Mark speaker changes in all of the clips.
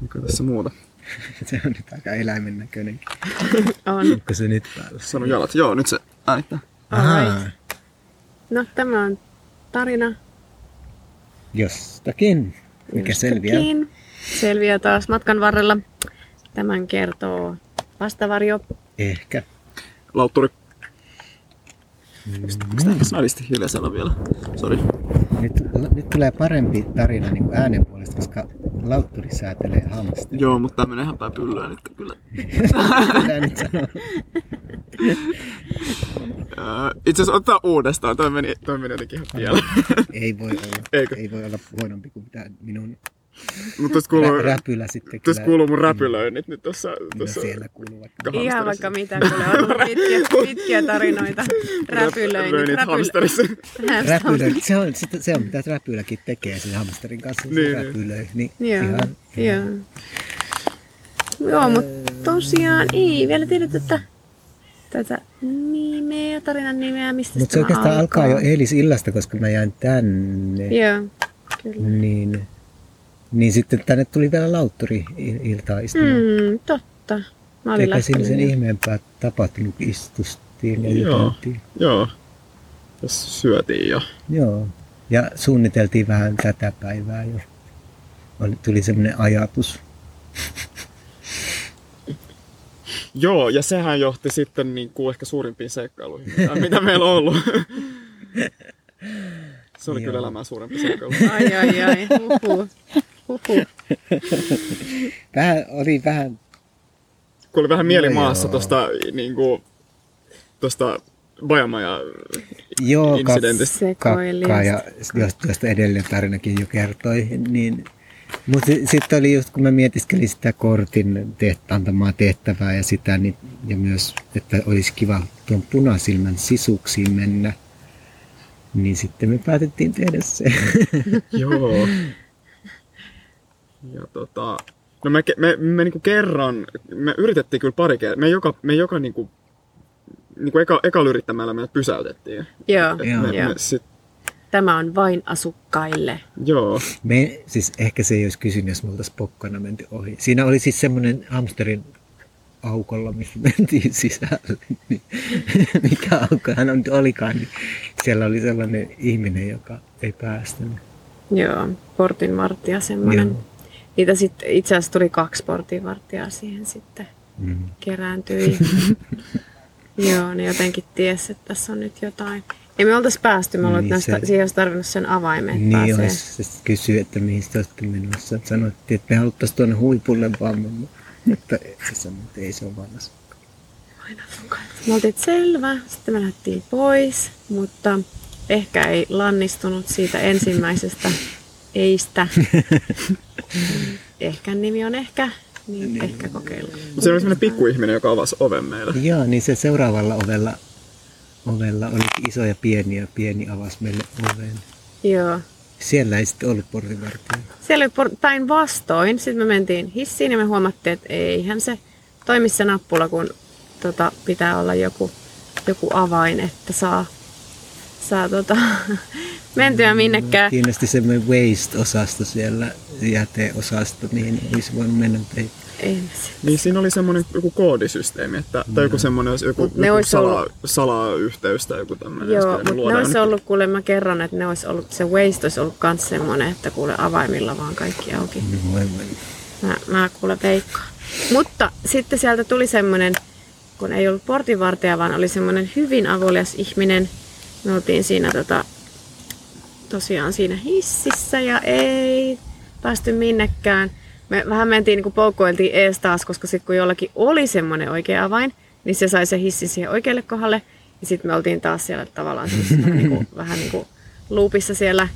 Speaker 1: Mikä tässä muuta?
Speaker 2: se on nyt aika eläimen näköinen.
Speaker 3: On.
Speaker 2: Onko se nyt päällä?
Speaker 1: Sano jalat. Joo, nyt se äänittää.
Speaker 3: Alright. No, tämä on tarina
Speaker 2: Jostakin. Mikä selviää?
Speaker 3: jostakin. Selviää taas matkan varrella. Tämän kertoo vastavarjo.
Speaker 2: Ehkä.
Speaker 1: Lautturi. Onko tämä snadisti hiljaisella vielä? Sori.
Speaker 2: Mm. Nyt, nyt tulee parempi tarina niin äänen puolesta, koska lautturi säätelee hamasta.
Speaker 1: Joo, mutta tämä menee ihan päin pyllyä nyt kyllä.
Speaker 2: Mitä nyt sanoo?
Speaker 1: Ää, Itse asiassa ottaa uudestaan. Toi meni, toi meni jotenkin ihan pieleen.
Speaker 2: Ei voi olla.
Speaker 1: Eikö?
Speaker 2: Ei voi olla huonompi kuin mitä minun
Speaker 1: Mutta tässä kuuluu,
Speaker 2: rä- räpylä sitten
Speaker 1: tässä
Speaker 2: kyllä.
Speaker 1: kuuluu mun räpylöinnit nyt tuossa.
Speaker 2: No
Speaker 1: tuossa
Speaker 2: siellä kuuluu vaikka.
Speaker 3: Ihan
Speaker 1: hamsterissa.
Speaker 3: vaikka mitä, kun on ollut pitkiä, pitkiä tarinoita. Räpylöinnit.
Speaker 1: Räpylöinnit hamsterissa.
Speaker 2: Räpylö, se on, sitä, se on mitä räpyläkin tekee sen hamsterin kanssa, niin,
Speaker 1: Niin,
Speaker 2: se räpylöi. Niin,
Speaker 3: Joo,
Speaker 2: ihan,
Speaker 3: joo. Joo, mutta tosiaan ei vielä tiedetä tätä, tätä nimeä, tarinan nimeä, mistä
Speaker 2: Mutta se
Speaker 3: tämä
Speaker 2: oikeastaan alkaa. jo eilisillasta, koska mä jäin tänne.
Speaker 3: Joo, kyllä.
Speaker 2: Niin, niin sitten tänne tuli vielä lautturi i- iltaa istumaan. Mm,
Speaker 3: Mm, totta. Mä olin
Speaker 2: Eikä siinä
Speaker 3: lähtenyt.
Speaker 2: sen ihmeempää tapahtunut, kun istustiin ja
Speaker 1: Joo.
Speaker 2: juteltiin.
Speaker 1: Joo. Tässä syötiin jo.
Speaker 2: Joo. Ja suunniteltiin vähän tätä päivää jo. Oli, tuli semmoinen ajatus.
Speaker 1: Joo, ja sehän johti sitten niin kuin ehkä suurimpiin seikkailuihin, mitä, mitä meillä on ollut. Se oli
Speaker 2: Joo.
Speaker 1: kyllä elämää suurempi seikkailu.
Speaker 3: Ai, ai, ai. Huhu. Huhu.
Speaker 2: Vähän, oli vähän,
Speaker 1: Kun oli vähän mieli
Speaker 2: No
Speaker 1: maassa
Speaker 2: joo.
Speaker 1: tosta, niin kuin, tosta Bajamaja.
Speaker 2: joo,
Speaker 1: Insidentistä.
Speaker 2: kakkaa, ja jos tuosta edellinen tarinakin jo kertoi, niin mutta sitten oli just, kun mä mietiskelin sitä kortin teht, antamaa tehtävää ja sitä, niin, ja myös, että olisi kiva tuon punasilmän sisuksiin mennä, niin sitten me päätettiin tehdä se.
Speaker 1: Joo. Ja tota, no me, ke- me, me niinku kerran, me yritettiin kyllä pari kertaa, me joka, me joka niinku, niinku eka, ekalla yrittämällä meidät pysäytettiin.
Speaker 3: Joo,
Speaker 1: Et
Speaker 2: Joo.
Speaker 1: me,
Speaker 3: Joo.
Speaker 1: Me sit,
Speaker 3: tämä on vain asukkaille.
Speaker 1: joo.
Speaker 2: Me, siis ehkä se ei olisi kysynyt, jos me oltaisiin pokkana menty ohi. Siinä oli siis semmoinen hamsterin aukolla, missä mentiin sisälle, niin, mikä aukko hän on, olikaan, niin siellä oli sellainen ihminen, joka ei päästänyt.
Speaker 3: Joo, portinvartija semmoinen.
Speaker 2: Joo.
Speaker 3: Niitä sitten itse asiassa tuli kaksi portinvartijaa siihen sitten
Speaker 2: Mm.
Speaker 3: kerääntyi. Joo, ne jotenkin ties, että tässä on nyt jotain. Ei me oltaisi päästy, me
Speaker 2: Niin
Speaker 3: niin
Speaker 2: se-
Speaker 3: se... siihen olisi tarvinnut sen avaimen, että
Speaker 2: Niin
Speaker 3: pääsee.
Speaker 2: olisi se kysyi, että mihin te olette menossa. Sanottiin, että me haluttaisiin tuonne huipulle vaan mennä. Mutta se sanoi, että ei se ole vaan asu.
Speaker 3: Me oltiin, että selvä, sitten me lähdettiin pois, mutta ehkä ei lannistunut siitä ensimmäisestä eistä. ehkä nimi on ehkä, niin, niin. ehkä kokeillaan.
Speaker 1: Mutta se oli sellainen pikkuihminen, joka avasi oven meille.
Speaker 2: Joo, niin se seuraavalla ovella, ovella oli iso ja pieni ja pieni avasi meille oven.
Speaker 3: Joo.
Speaker 2: Siellä ei sitten ollut portinvartijaa.
Speaker 3: Siellä oli por- päinvastoin. Sitten me mentiin hissiin ja me huomattiin, että eihän se toimi se nappula, kun tota, pitää olla joku, joku avain, että saa, saa tota, mentyä minnekään.
Speaker 2: Kiinnosti semmoinen waste-osasto siellä, jäteosasto, mihin olisi voinut mennä. mutta ei.
Speaker 3: Ei se-
Speaker 1: Niin siinä oli semmoinen joku koodisysteemi, että, tai
Speaker 2: Mm.
Speaker 1: joku semmoinen, jos joku,
Speaker 3: Mut ne
Speaker 1: joku
Speaker 3: ois
Speaker 1: sala,
Speaker 3: ollut-
Speaker 1: salayhteys tai joku tämmöinen.
Speaker 3: Joo, mutta ne olisi ollut, kuule mä kerron, että ne olisi ollut, se waste olisi ollut kans semmonen, että kuule avaimilla vaan kaikki auki.
Speaker 2: Voi voi.
Speaker 3: Mä, mä kuule veikkaan. Mutta sitten sieltä tuli semmoinen, kun ei ollut portinvartija, vaan oli semmoinen hyvin avulias ihminen. Me oltiin siinä tota, tosiaan siinä hississä ja ei päästy minnekään. Me vähän mentiin, niin kuin poukkoiltiin ees taas, koska sitten kun jollakin oli semmoinen oikea avain, niin se sai se hissin siihen oikealle kohdalle. Ja sitten me oltiin taas siellä tavallaan semmoisessa niin kuin, vähän niin kuin luupissa siellä.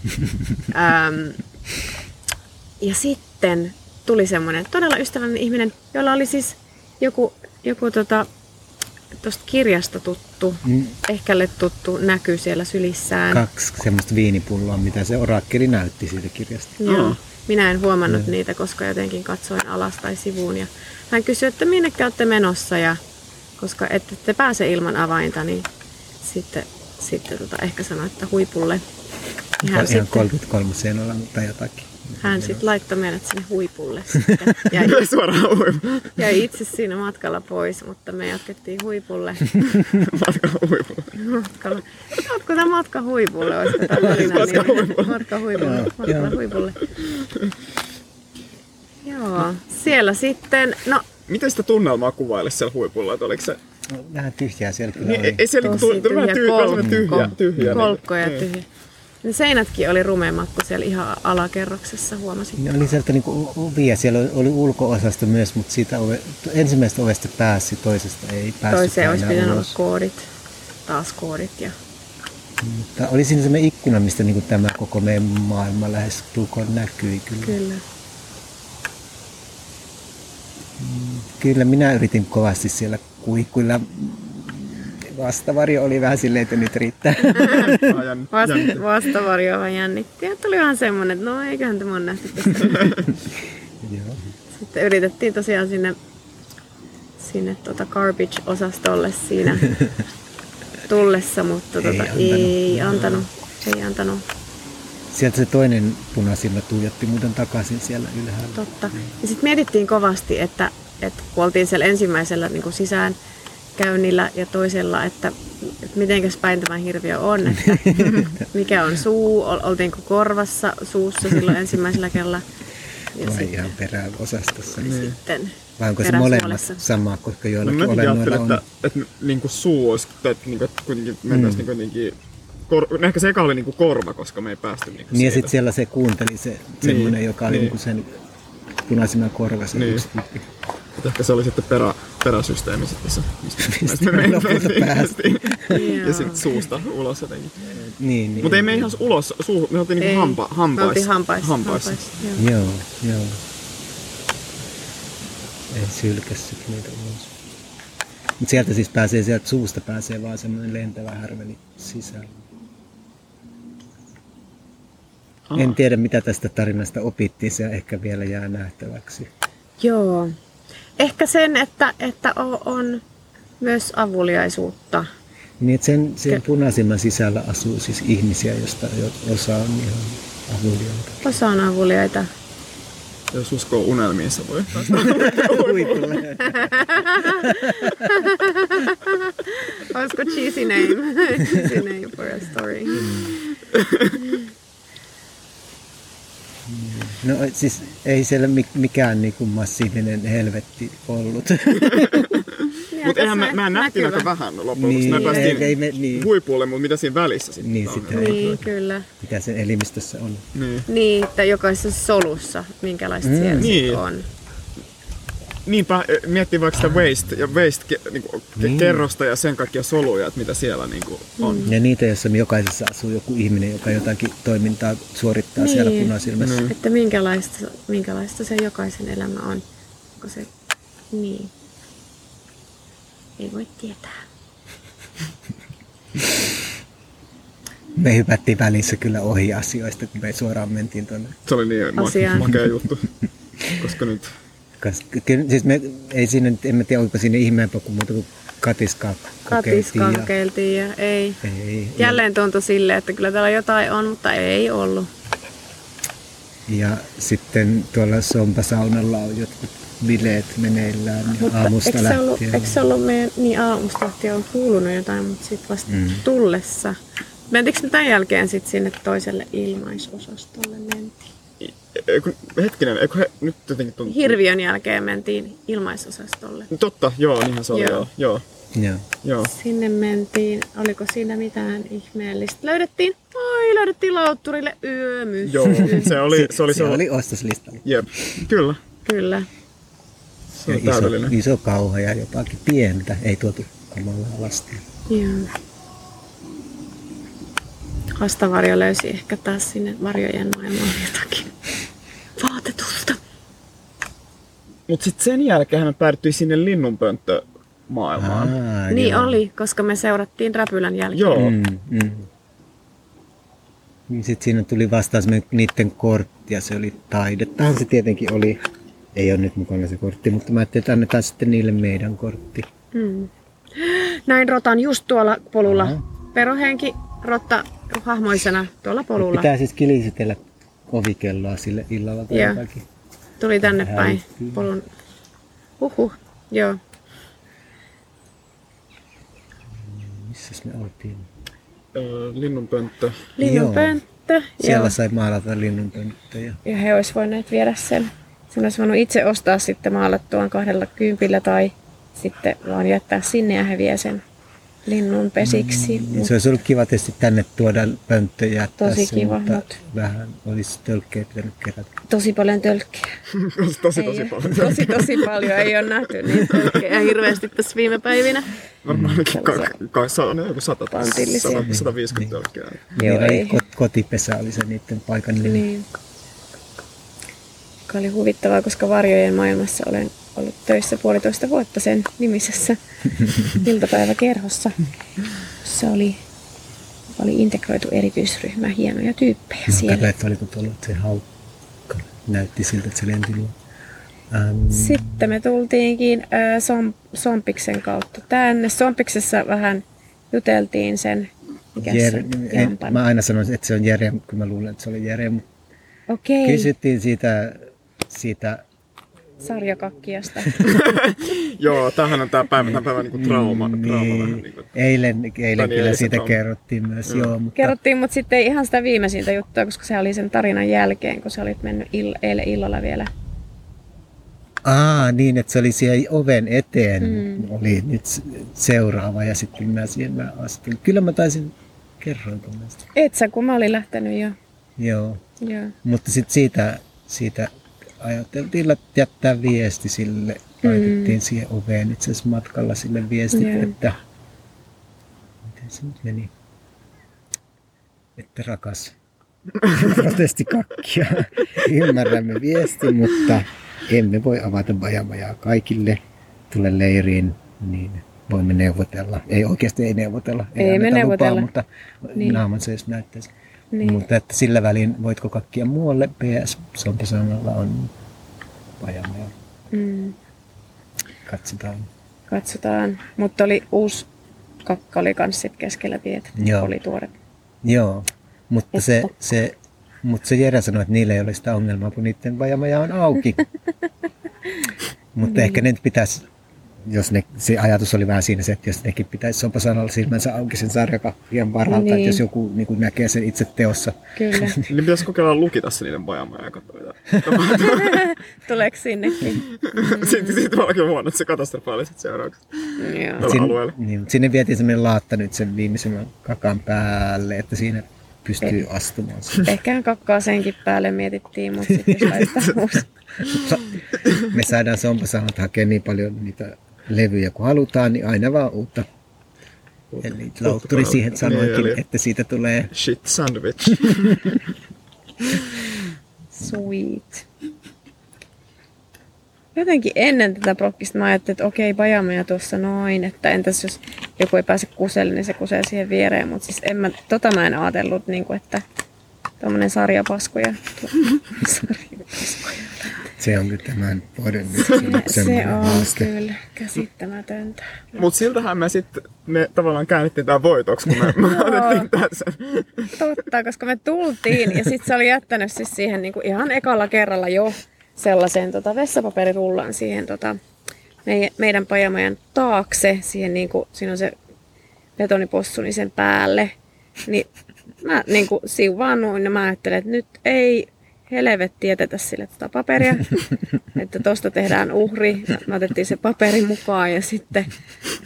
Speaker 3: Ähm, ja sitten tuli semmoinen todella ystävällinen ihminen, jolla oli siis joku, joku tota, tosta kirjasta tuttu,
Speaker 2: Mm.
Speaker 3: mm. ehkälle tuttu näky siellä sylissään.
Speaker 2: Kaksi semmoista viinipulloa, mitä se orakkeli näytti siitä kirjasta.
Speaker 3: Joo.
Speaker 1: Joo.
Speaker 3: Minä en huomannut
Speaker 2: Niin.
Speaker 3: niitä, koska jotenkin katsoin alas tai sivuun. Ja hän kysyi, että minne olette menossa, ja koska ette te pääse ilman avainta, niin sitten, sitten tota, ehkä sanoi, että huipulle. Ja
Speaker 2: Ihan
Speaker 3: hän sitten,
Speaker 2: 33 seinällä tai jotakin.
Speaker 3: hän sitten laittoi meidät sinne huipulle. sitten. Ja,
Speaker 1: Suoraan huipulle.
Speaker 3: ja itse siinä matkalla pois, mutta me jatkettiin huipulle.
Speaker 1: Matka huipulle.
Speaker 3: Matkalla. Oletko tämä matka huipulle? Olisiko tämä tarina?
Speaker 1: Matka
Speaker 3: nimeltä?
Speaker 1: huipulle.
Speaker 3: niin Matka huipulle.
Speaker 2: Joo,
Speaker 3: Matka
Speaker 2: joo.
Speaker 3: huipulle. Joo, siellä sitten, no
Speaker 1: Miten sitä tunnelmaa kuvailisi siellä huipulla? Että oliko se...
Speaker 2: No, Vähän tyhjää siellä kyllä
Speaker 1: Niin,
Speaker 2: oli.
Speaker 1: ei, ei siellä niinku
Speaker 3: tosi
Speaker 1: tuli vähän
Speaker 3: tyhjä
Speaker 1: tyhjä,
Speaker 3: kolkko.
Speaker 1: kolme, tyhjä, tyhjä.
Speaker 3: Kolkko ja
Speaker 1: niin.
Speaker 3: tyhjä. Ne seinätkin oli rumeammat kuin siellä ihan alakerroksessa, huomasin.
Speaker 2: Ne oli sieltä niinku o- ovia, siellä oli- oli ulko-osasta myös, mutta siitä ove, ensimmäisestä ovesta pääsi, toisesta ei päässyt
Speaker 3: Toiseen olisi
Speaker 2: enää
Speaker 3: pitänyt olla
Speaker 2: ulos.
Speaker 3: koodit, taas koodit ja
Speaker 2: Mutta oli siinä semmoinen ikkuna, mistä niinku tämä koko meidän maailma lähes tulkoon näkyi kyllä. kyllä.
Speaker 3: kyllä.
Speaker 2: Kyllä minä yritin kovasti siellä kuikuilla. Vastavarjo oli vähän silleen, että nyt riittää.
Speaker 1: Ah, jänn-
Speaker 3: Vast,
Speaker 1: jänn-
Speaker 3: vastavarjo vähän jännitti ja tuli ihan semmoinen, että no eiköhän tämä ole nähty tässä.
Speaker 2: Joo.
Speaker 3: Sitten yritettiin tosiaan sinne, sinne tota garbage-osastolle siinä tullessa, mutta tota,
Speaker 2: Ei
Speaker 3: ei, antanut. ei antanut
Speaker 2: Sieltä se toinen punasilmä tuijotti muuten takaisin siellä ylhäällä.
Speaker 3: Totta. Ja sitten mietittiin kovasti, että, että kun oltiin siellä ensimmäisellä niin kuin sisään käynnillä ja toisella, että, että mitenkäs päin tämä hirviö on, että mikä on suu, Ol- oltiinko korvassa suussa silloin ensimmäisellä kerralla ja
Speaker 2: Vai
Speaker 3: sitten,
Speaker 2: ihan peräosastossa.
Speaker 3: sitten
Speaker 2: Vai onko se molemmat
Speaker 3: peräsuolessa.
Speaker 2: sama, koska
Speaker 1: No
Speaker 2: joillakin
Speaker 1: Niin. mä
Speaker 2: olennoilla
Speaker 1: ajattelin,
Speaker 2: on...
Speaker 1: että, että niinku suu olisi, tai että niinku, että kuitenkin mentäisiin mm. niinku Kor, no ehkä se eka oli niinku korva, koska me ei päästy niinku
Speaker 2: Niin ja
Speaker 1: siitä.
Speaker 2: sitten siellä se kuunteli se semmoinen, joka oli
Speaker 1: niin.
Speaker 2: niin. sen punaisena korvassa.
Speaker 1: Niin.
Speaker 2: yksi tyyppi.
Speaker 1: Mut Ehkä se oli sitten perä, peräsysteemi sitten se, mistä, mistä
Speaker 2: me
Speaker 1: me
Speaker 2: lopulta
Speaker 1: mentiin.
Speaker 2: päästiin.
Speaker 1: päästiin.
Speaker 3: Joo.
Speaker 1: ja sitten suusta ulos jotenkin.
Speaker 2: Niin, niin.
Speaker 1: Mutta ei me ihan ulos, suu, me oltiin
Speaker 3: Ei.
Speaker 1: niinku hampa, hampaissa.
Speaker 3: Me oltiin hampaissa.
Speaker 1: hampaissa.
Speaker 3: joo.
Speaker 2: Joo, joo. Ei sylkässyt niitä ulos. Mut sieltä siis pääsee, sieltä suusta pääsee vaan semmoinen lentävä härveli sisään.
Speaker 1: Ah.
Speaker 2: En tiedä mitä tästä tarinasta opittiin, se ehkä vielä jää nähtäväksi.
Speaker 3: Joo. Ehkä sen, että, että o- on myös avuliaisuutta.
Speaker 2: Niin että sen, sen
Speaker 3: Ky-
Speaker 2: punasilmän sisällä asuu siis ihmisiä, joista jo- osa on ihan avuliaita.
Speaker 3: Osa on avuliaita.
Speaker 1: Jos uskoo unelmiin, se voi päästä.
Speaker 2: Huipulle.
Speaker 3: Olisiko cheesy name? cheesy name for a story.
Speaker 2: No siis ei siellä mi- mikään niinku massiivinen helvetti ollut.
Speaker 1: Mutta eihän me, mehän nähtiin aika vähän loppujen lopuksi.
Speaker 2: Niin,
Speaker 1: Me päästiin
Speaker 2: ei- ei me- niin.
Speaker 1: huipulle, mutta mitä siinä välissä sitten
Speaker 2: Niin,
Speaker 1: on?
Speaker 2: sitä ei-
Speaker 3: Niin, kyllä.
Speaker 2: Mitä sen elimistössä on?
Speaker 1: Niin.
Speaker 3: Niin, että jokaisessa solussa, minkälaista mm, siellä niin.
Speaker 1: Niin.
Speaker 3: sit on.
Speaker 1: Niinpä, eh, miettii vaikka sitä waste, ja waste ke, niinku, ke,
Speaker 2: Niin.
Speaker 1: kerrosta ja sen kaikkia soluja, että mitä siellä niinku, on. Mm.
Speaker 2: Ja niitä, joissa jokaisessa asuu joku ihminen, joka jotakin toimintaa suorittaa niin. siellä
Speaker 3: Niin.
Speaker 2: punasilmässä.
Speaker 1: Mm.
Speaker 3: Että minkälaista, minkälaista se jokaisen elämä on. Onko se... Niin. Ei voi tietää.
Speaker 2: Me hypättiin välissä kyllä ohi asioista, kun me suoraan mentiin tuonne.
Speaker 1: Se oli niin ma-
Speaker 3: Asiaan.
Speaker 1: makea juttu, koska nyt
Speaker 2: Kas- Kyllä, siis me, ei siinä, nyt- en mä tiedä, oliko siinä ihmeempää kuin muuta kuin katiskaa kokeiltiin.
Speaker 3: Katiskaan
Speaker 2: ja-
Speaker 3: kokeiltiin ja ei.
Speaker 2: Ei,
Speaker 3: Jälleen tuntui sille, että kyllä täällä jotain on, mutta ei ollut.
Speaker 2: Ja sitten tuolla sompasaunalla on jotkut bileet meneillään ja
Speaker 3: Mutta
Speaker 2: aamusta
Speaker 3: eikö se ollut,
Speaker 2: lähtien.
Speaker 3: eikö se ollut meidän, niin aamusta lähtien on kuulunut jotain, mutta sitten vasta mm. tullessa. Mentiinkö me tämän jälkeen sitten sinne toiselle ilmaisosastolle mentiin?
Speaker 1: I- Eiku, e- hetkinen, eiku he, nyt jotenkin tuntuu.
Speaker 3: Hirviön jälkeen mentiin ilmaisosastolle.
Speaker 1: Totta, joo, niinhän se oli,
Speaker 3: Joo.
Speaker 1: joo. Joo,
Speaker 2: Joo.
Speaker 1: joo.
Speaker 3: Sinne mentiin, oliko siinä mitään ihmeellistä? Löydettiin, oi löydettiin lautturille yömys.
Speaker 1: joo. se oli se, oli,
Speaker 2: se oli ostoslistalla.
Speaker 1: Jep, kyllä.
Speaker 3: Kyllä.
Speaker 1: Se
Speaker 2: Ja
Speaker 1: on
Speaker 2: iso,
Speaker 1: täydellinen.
Speaker 2: iso kauha ja jotakin pientä, ei tuotu kamalaa lastia.
Speaker 3: Joo. Vastavarjo löysi ehkä taas sinne varjojen maailmaan jotakin vaatetusta.
Speaker 1: Mut sitten sen jälkeen me päädyttiin sinne linnunpönttömaailmaan.
Speaker 2: Aa,
Speaker 3: Niin
Speaker 2: joo.
Speaker 3: oli, koska me seurattiin räpylän jälkeen.
Speaker 1: Joo.
Speaker 2: Mm, mm. Niin Sitten siinä tuli vastaan semmoinen niiden kortti ja se oli taidettahan se tietenkin oli. Ei ole nyt mukana se kortti, mutta mä ajattelin, että annetaan sitten niille meidän kortti.
Speaker 3: Mm. Näin rotan just tuolla polulla.
Speaker 2: Aha.
Speaker 3: Perohenki rotta hahmoisena tuolla polulla.
Speaker 2: Pitää siis kilisitellä ovikelloa sille illalla tai
Speaker 3: Joo.
Speaker 2: jotakin.
Speaker 3: Tuli tänne päin
Speaker 2: Hälyttiin.
Speaker 3: polun. Huhu, joo.
Speaker 2: Missäs me oltiin?
Speaker 1: Öö, linnunpönttö.
Speaker 2: Joo.
Speaker 3: Linnun pönttö.
Speaker 2: Siellä
Speaker 3: joo.
Speaker 2: sai maalata linnunpönttöjä.
Speaker 3: Ja he olisi voineet viedä sen. Sen olisi voinut itse ostaa sitten maalattuaan kahdella kympillä tai sitten vaan jättää sinne ja he vie sen linnun pesiksi.
Speaker 1: Mm.
Speaker 2: Niin Se olisi ollut kiva tietysti tänne tuoda pönttö ja jättää
Speaker 3: Tosi
Speaker 2: se,
Speaker 3: kiva,
Speaker 2: mutta
Speaker 3: mut-
Speaker 2: vähän olisi tölkkejä pitänyt kerätä.
Speaker 3: Tosi paljon tölkkejä.
Speaker 1: tosi, tosi,
Speaker 3: Ei
Speaker 1: tosi
Speaker 3: oo-
Speaker 1: paljon.
Speaker 3: Tosi, tosi paljon. Ei ole nähty niin tölkkejä hirveästi tässä viime päivinä.
Speaker 1: Varmaan ainakin ka-
Speaker 3: Sellaisia-
Speaker 1: kai saa ne joku 100,
Speaker 3: Mm. Pantillisia.
Speaker 1: 100, 150 tölkkiä.
Speaker 3: Joo,
Speaker 2: Niillä oli
Speaker 3: ei.
Speaker 2: kot- Kotipesä oli se niiden paikan nimi.
Speaker 3: Niin. Joka oli huvittavaa, koska varjojen maailmassa olen ollut töissä puolitoista vuotta sen nimisessä iltapäiväkerhossa. Se oli, oli integroitu erityisryhmä, hienoja tyyppejä
Speaker 2: Mä
Speaker 3: siellä.
Speaker 2: Tällä oli kun tuolla se haukka näytti siltä, että se lenti luo. Ähm,
Speaker 3: Sitten me tultiinkin ö, Som- Sompiksen kautta tänne. Sompiksessa vähän juteltiin sen, mikä se
Speaker 2: Jere,
Speaker 3: on,
Speaker 2: en,
Speaker 3: Jampan.
Speaker 2: mä aina sanon, että se on Jere, kun mä luulen, että se oli Jere. Mut
Speaker 3: Okei,
Speaker 2: kysyttiin siitä, siitä
Speaker 3: sarjakakkiasta.
Speaker 1: Joo, tämähän on tää päivä, tää päivä niinku trauma. trauma vähän
Speaker 2: niin,
Speaker 1: niinku.
Speaker 2: eilen, eilen
Speaker 1: Tai niin,
Speaker 2: kyllä
Speaker 1: ei se
Speaker 2: siitä
Speaker 1: trauma.
Speaker 2: kerrottiin myös. Joo, mutta,
Speaker 3: Kerrottiin, mutta sitten ei ihan sitä viimeisintä juttua, koska se oli sen tarinan jälkeen, kun sä olit mennyt ill- eilen illalla vielä.
Speaker 2: Aa, niin, että se oli siellä oven eteen, mm. oli nyt s- seuraava ja sitten mä siihen mä astuin. Kyllä mä taisin kerroin tästä.
Speaker 3: Et sä, kun mä olin lähtenyt jo.
Speaker 2: Joo,
Speaker 3: Joo.
Speaker 2: mutta sitten siitä, siitä ajateltiin lä- jättää viesti sille, laitettiin mm. siihen oveen itse asiassa matkalla sille viestit,
Speaker 3: Joo.
Speaker 2: yeah. että miten se nyt meni? Että rakas, protestikakkia. Ymmärrämme viesti, mutta emme voi avata bajamajaa kaikille. Tule leiriin, niin voimme neuvotella. Ei oikeasti ei neuvotella.
Speaker 3: Ei me
Speaker 2: anneta
Speaker 3: neuvotella.
Speaker 2: mutta
Speaker 3: Niin.
Speaker 2: niin. naaman se jos näyttäisi.
Speaker 3: Niin.
Speaker 2: Niin. Mutta että sillä välin voitko kakkia muualle. PS, Sompisanalla on bajamaja.
Speaker 3: Mm.
Speaker 2: Katsotaan.
Speaker 3: Katsotaan. Mutta oli uusi kakka oli kans sit keskellä tietä.
Speaker 2: Joo.
Speaker 3: Oli tuore.
Speaker 2: Joo, mutta se, se, mutta se Jere sanoi, että niillä ei ole sitä ongelmaa, kun niiden vajamaja on auki. mutta ehkä ne nyt pitäisi, jos ne, se ajatus oli vähän siinä se, että jos nekin pitäisi sopa sanoa silmänsä auki sen sarjakahvien varalta, niin.
Speaker 3: Niin.
Speaker 2: että jos joku niin kuin näkee sen itse teossa.
Speaker 3: Kyllä.
Speaker 1: Niin pitäisi kokeilla lukita se niiden pajamaa ja katsoa mitä.
Speaker 3: Tuleeko sinnekin?
Speaker 1: Sitten siitä voi ollakin huonot se katastrofaaliset seuraukset.
Speaker 3: Joo.
Speaker 1: Tällä
Speaker 2: Sin,
Speaker 1: alueella.
Speaker 2: niin, mut sinne vietiin semmoinen laatta nyt sen viimeisen kakan päälle, että siinä pystyy astumaan. sen.
Speaker 3: Ehkä kakkaa senkin päälle mietittiin, mutta sitten jos laitetaan uusi.
Speaker 2: Me saadaan sompasanat hakea niin paljon niitä levyjä kuin halutaan, niin aina vaan uutta Eli Lautturi siihen
Speaker 3: Niin,
Speaker 2: sanoikin,
Speaker 1: Niin, eli
Speaker 2: että siitä tulee
Speaker 1: Shit sandwich.
Speaker 3: Sweet. Jotenkin ennen tätä prokkista mä ajattelin, että okei, pajameja tuossa noin, että entäs jos joku ei pääse kuselle, niin se kusee siihen viereen, mutta siis en mä, tota mä en ajatellut, niin kuin, että tommonen sarjapaskuja. sarjapaskuja.
Speaker 2: se on nyt tämän vuoden nyt
Speaker 3: Se
Speaker 2: semmoinen
Speaker 3: on
Speaker 2: haaste.
Speaker 3: kyllä käsittämätöntä.
Speaker 1: Mut siltähän me sitten, me tavallaan käännettiin tää voitoksi, kun me, me otettiin tässä.
Speaker 3: Totta, koska me tultiin ja sitten se oli jättänyt siis siihen niin kuin ihan ekalla kerralla jo sellaisen tota, vessapaperirullan siihen tota, meidän, meidän pajamajan taakse, siihen niin kuin, siinä on se betonipossu, niin sen päälle. Niin mä niin kuin siuvaannuin ja mä ajattelin, että nyt ei helvetti jätetä sille tätä paperia, että tosta tehdään uhri. Mä otettiin se paperi mukaan ja sitten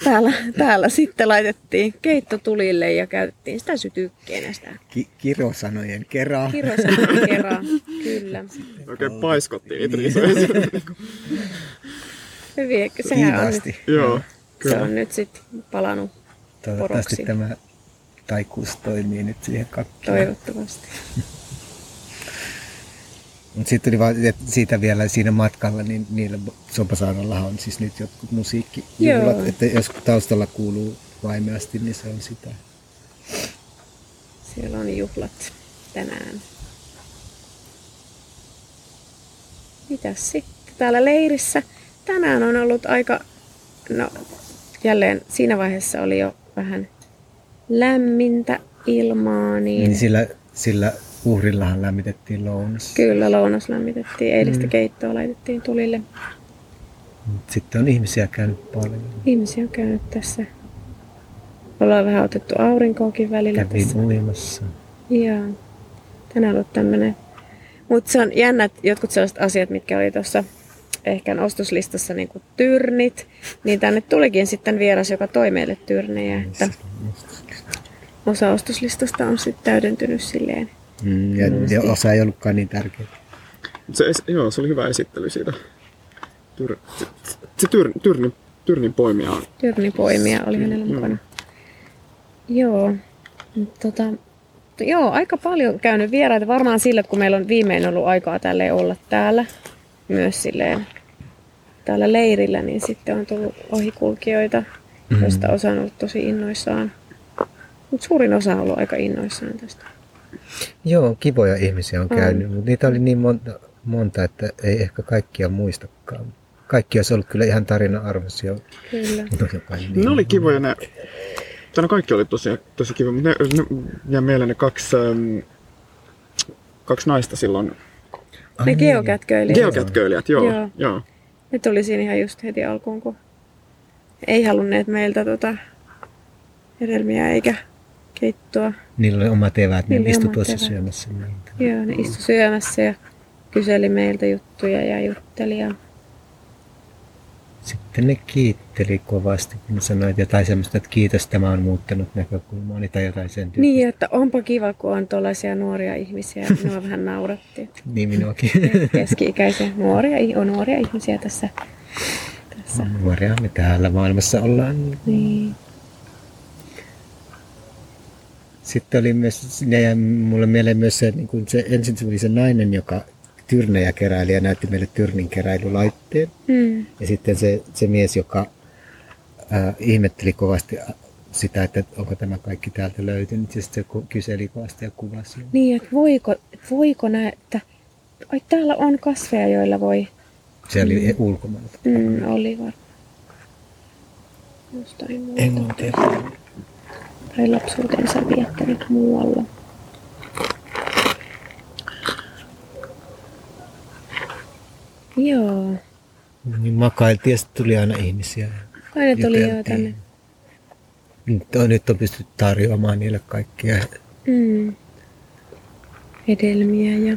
Speaker 3: täällä, täällä sitten laitettiin keittotulille ja käytettiin sitä sytykkeenä sitä
Speaker 2: Ki- kirosanojen kerran.
Speaker 3: kirjoisana kerran. Kyllä.
Speaker 1: Oikein paiskottiin niitä risoja.
Speaker 3: Hyvin, sehän on nyt,
Speaker 2: Kiivaasti.
Speaker 1: Joo.
Speaker 3: se on nyt sitten palannut
Speaker 2: Toivottavasti
Speaker 3: poroksi.
Speaker 2: tämä taikuus toimii nyt siihen kakkiin.
Speaker 3: toivottavasti.
Speaker 2: Mutta sitten tuli vaan että siitä vielä siinä matkalla, niin niillä Sopasaarallahan on siis nyt jotkut
Speaker 3: Joo.
Speaker 2: musiikkijuhlat, että jos taustalla kuuluu vaimeasti, niin se on sitä.
Speaker 3: Siellä on juhlat tänään. Mitäs sitten täällä leirissä? Tänään on ollut aika, no jälleen siinä vaiheessa oli jo vähän lämmintä ilmaa, niin,
Speaker 2: Niin sillä, sillä uhrillahan lämmitettiin lounas.
Speaker 3: Kyllä, lounas lämmitettiin. Eilistä mm. keittoa laitettiin tulille.
Speaker 2: Mut Sitten on ihmisiä käynyt paljon.
Speaker 3: Ihmisiä on käynyt tässä. Ollaan vähän otettu aurinkoakin välillä
Speaker 2: Kävin
Speaker 3: tässä.
Speaker 2: uimassa.
Speaker 3: Joo. Tänään on ollut tämmönen. Mutta se on jännä, että jotkut sellaiset asiat, mitkä oli tuossa ehkä ostoslistassa niin kuin tyrnit, niin tänne tulikin sitten vieras, joka toi meille tyrnejä. Että osa ostoslistasta on sitten täydentynyt silleen.
Speaker 2: Mm, ja ja osa ei ollutkaan niin tärkeä.
Speaker 1: Mut Se, es- joo, se oli hyvä esittely siitä. Tyr, se se tyr, tyrni, tyrnin poimia on.
Speaker 2: Siis
Speaker 3: Tyrnipoimia oli hänellä
Speaker 1: Joo.
Speaker 3: mukana.
Speaker 2: Mm.
Speaker 3: Joo. Mut Tota, joo, aika paljon käynyt vieraita. Varmaan sillä, että kun meillä on viimein ollut aikaa tälle olla täällä, myös silleen täällä leirillä, niin sitten on tullut ohikulkijoita, mm.
Speaker 2: Mm-hmm.
Speaker 3: joista osa on ollut tosi innoissaan. Mutta suurin osa on ollut aika innoissaan tästä.
Speaker 2: Joo, kivoja ihmisiä on käynyt, mutta niitä oli niin monta, monta, että ei ehkä kaikkia muistakaan. Kaikki olisi ollut kyllä ihan tarina arvoisia.
Speaker 3: Kyllä.
Speaker 2: No, jokainen
Speaker 1: Ne
Speaker 2: niin.
Speaker 1: oli kivoja ne, tai no kaikki oli tosi, tosi kivoja, mutta ne, ne jäi mieleen ne kaksi, äm, kaksi naista silloin.
Speaker 2: Ai
Speaker 3: Ne
Speaker 2: niin.
Speaker 3: geokätköilijät.
Speaker 1: Geokätköilijät, joo.
Speaker 3: Joo.
Speaker 1: joo. joo.
Speaker 3: Ne tuli siinä ihan just heti alkuun, kun ei halunneet meiltä tota hedelmiä eikä keittoa.
Speaker 2: Niillä oli omat eväät,
Speaker 3: Niillä
Speaker 2: ne
Speaker 3: oli
Speaker 2: istui
Speaker 3: omat
Speaker 2: tuossa
Speaker 3: eväät.
Speaker 2: syömässä niitä.
Speaker 3: Joo, ne istu syömässä ja kyseli meiltä juttuja ja jutteli. Ja...
Speaker 2: Sitten ne kiitteli kovasti, kun ne sanoit jotain semmoista, että kiitos, tämä on muuttanut näkökulmaani tai jotain sen tyyppistä.
Speaker 3: Niin, että onpa kiva, kun on tuollaisia nuoria ihmisiä. Minua vähän nauratti. että
Speaker 2: niin minuakin.
Speaker 3: Keski-ikäisiä nuoria, ih- on nuoria ihmisiä tässä. tässä.
Speaker 2: Nuoria me täällä maailmassa ollaan.
Speaker 3: Niin.
Speaker 2: Sitten oli myös, ne jäi mulle mieleen myös se, niin kuin se ensin se oli se nainen, joka tyrnejä keräili ja näytti meille tyrnin keräilylaitteen.
Speaker 3: Mm.
Speaker 2: Ja sitten se, se mies, joka äh, ihmetteli kovasti äh, sitä, että onko tämä kaikki täältä löytynyt. Ja sitten se ku- kyseli kovasti ja kuvasi.
Speaker 3: niin, että voiko, että voiko nä, että ai, täällä on kasveja, joilla voi
Speaker 2: Se oli e- ulkomailta.
Speaker 3: Mm, oli varmaan. Jostain muualta. Tai lapsuutensa viettänyt muualla. Joo.
Speaker 2: Niin makailtiin ja sitten tuli aina ihmisiä.
Speaker 3: Aina tuli jo
Speaker 2: Juteltiin.
Speaker 3: tänne.
Speaker 2: Nyt on, nyt on pystytty tarjoamaan niille kaikkia.
Speaker 3: Mm. Hedelmiä ja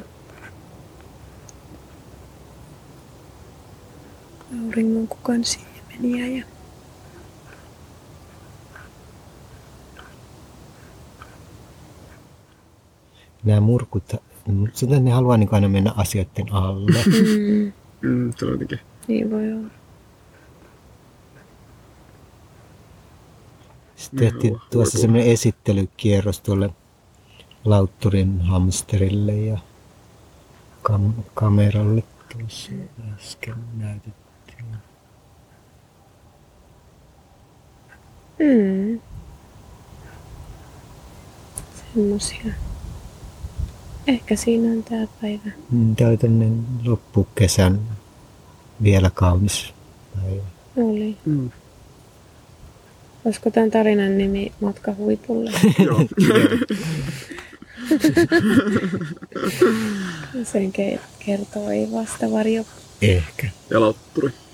Speaker 3: auringonkukan siemeniä ja
Speaker 2: Nämä murkut, sitä ne haluaa niin aina mennä asioiden alle.
Speaker 3: mm.
Speaker 1: Mm, se oli jotenkin.
Speaker 3: niin voi olla.
Speaker 2: Sitten tehtiin
Speaker 1: Joo,
Speaker 2: tuossa
Speaker 1: voi
Speaker 2: semmoinen esittelykierros tuolle lautturin hamsterille ja kam- kameralle tuossa äsken näytettiin.
Speaker 3: Mm. Semmosia. Ehkä siinä on tää päivä.
Speaker 2: Mm, Tämä oli tämmöinen loppukesän vielä kaunis päivä.
Speaker 3: Oli.
Speaker 1: Mm.
Speaker 3: Olisiko tämän tarinan nimi Matka huipulle?
Speaker 1: joo.
Speaker 3: Sen ke- kertoi vasta varjo.
Speaker 2: Ehkä.
Speaker 1: Ja lautturi.